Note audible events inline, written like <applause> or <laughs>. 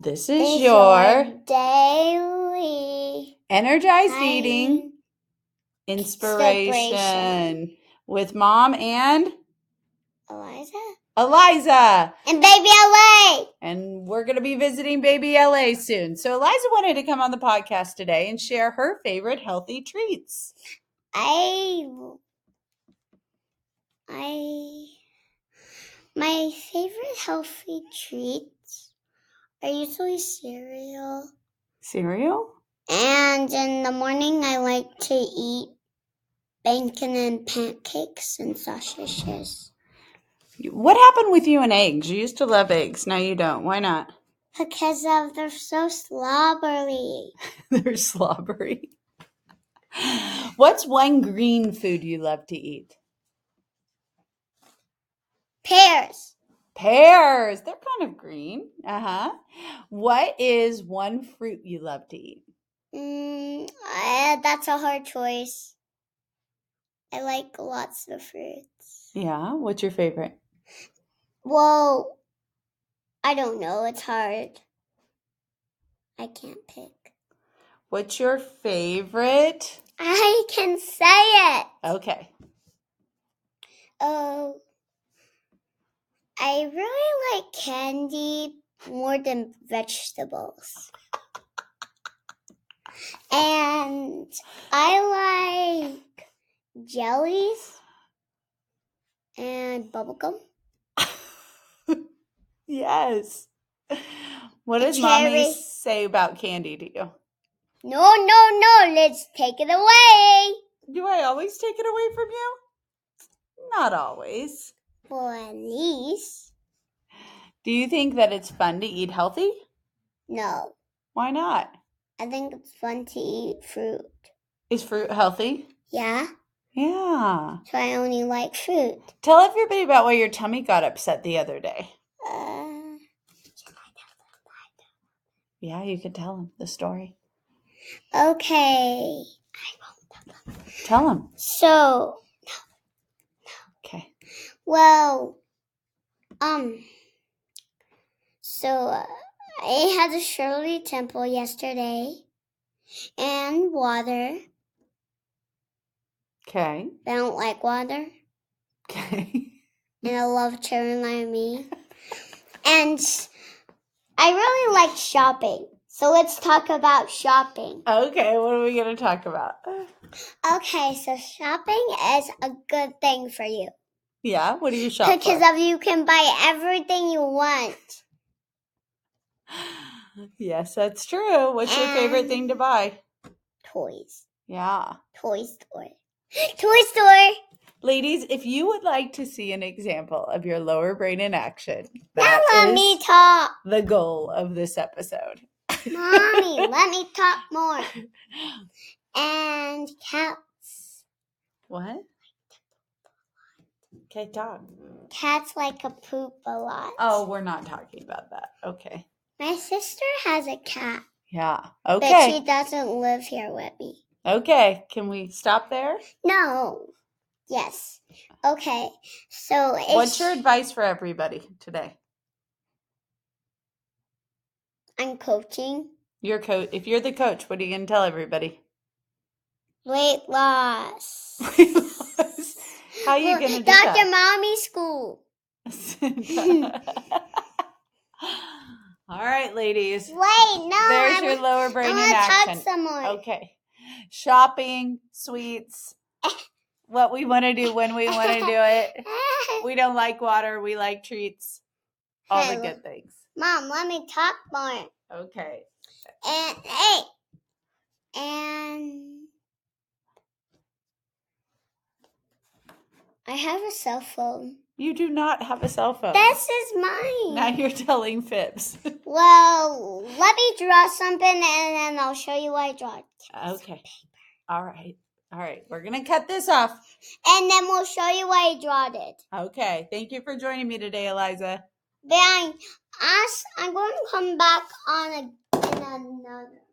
This is your daily energized eating inspiration Inspiration. with mom and Eliza Eliza. and baby LA. And we're going to be visiting baby LA soon. So Eliza wanted to come on the podcast today and share her favorite healthy treats. I I my favorite healthy treats are usually cereal. Cereal? And in the morning, I like to eat bacon and pancakes and sausages. What happened with you and eggs? You used to love eggs. Now you don't. Why not? Because of they're so slobbery. <laughs> They're slobbery. <laughs> What's one green food you love to eat? Pears. Pears. They're kind of green. Uh huh. What is one fruit you love to eat? Mm, eh, that's a hard choice. I like lots of fruits. Yeah. What's your favorite? Well, I don't know. It's hard. I can't pick. <laughs> What's your favorite? I can say it. Okay. <laughs> Oh, I really like candy more than vegetables. And I like jellies and bubblegum. Yes. What does Cherry. mommy say about candy to you? No, no, no, let's take it away. Do I always take it away from you? Not always. For at least. Do you think that it's fun to eat healthy? No, Why not? I think it's fun to eat fruit. Is fruit healthy? Yeah, Yeah. so I only like fruit. Tell everybody about why your tummy got upset the other day. Uh, Yeah, you could tell them the story. okay. Tell them. So, Okay. well, um, so uh, I had the Shirley Temple yesterday and water. Okay. I don't like water, Okay. <laughs> and I love children like me. And I really like shopping. So let's talk about shopping. Okay, what are we going to talk about? Okay, so shopping is a good thing for you Yeah, what do you shop because for? of you can buy everything you want. Yes, that's true. What's your favorite Um, thing to buy? Toys. Yeah. Toy Store. Toy Store. Ladies, if you would like to see an example of your lower brain in action, Now that let is me talk. the goal of this episode. <laughs> Mommy, let me talk more. And cats. What? Okay, talk. Cats like to poop a lot. Oh, we're not talking about that. Okay. My sister has a cat, Yeah. but Okay. she doesn't live here with me. Okay. Can we stop there? No. Yes. Okay. So if What's your advice for everybody today? I'm coaching Your coach, if you're the coach, what are you going to tell everybody? <laughs> weight loss. Weight loss. <laughs> How are you Well, going to do Dr. that? Mommy School. <laughs> All right, ladies. Wait, no. There's I your want, lower brain in I want action. to talk some more. Okay. Shopping, sweets, what we want to do when we want to do <laughs> it. We don't like water, we like treats, all the Hey, good things. Mom, let me talk more. Okay. And hey, and I have a cell phone. You do not have a cell phone. This is mine. now you're telling fibs. Well, let me draw something, and then I'll show you what I draw. okay. All right. All right. We're going to cut this off. And then we'll show you what I drawed it. Okay. Thank you for joining me today, Eliza. Then us, I'm going to come back on a, in another.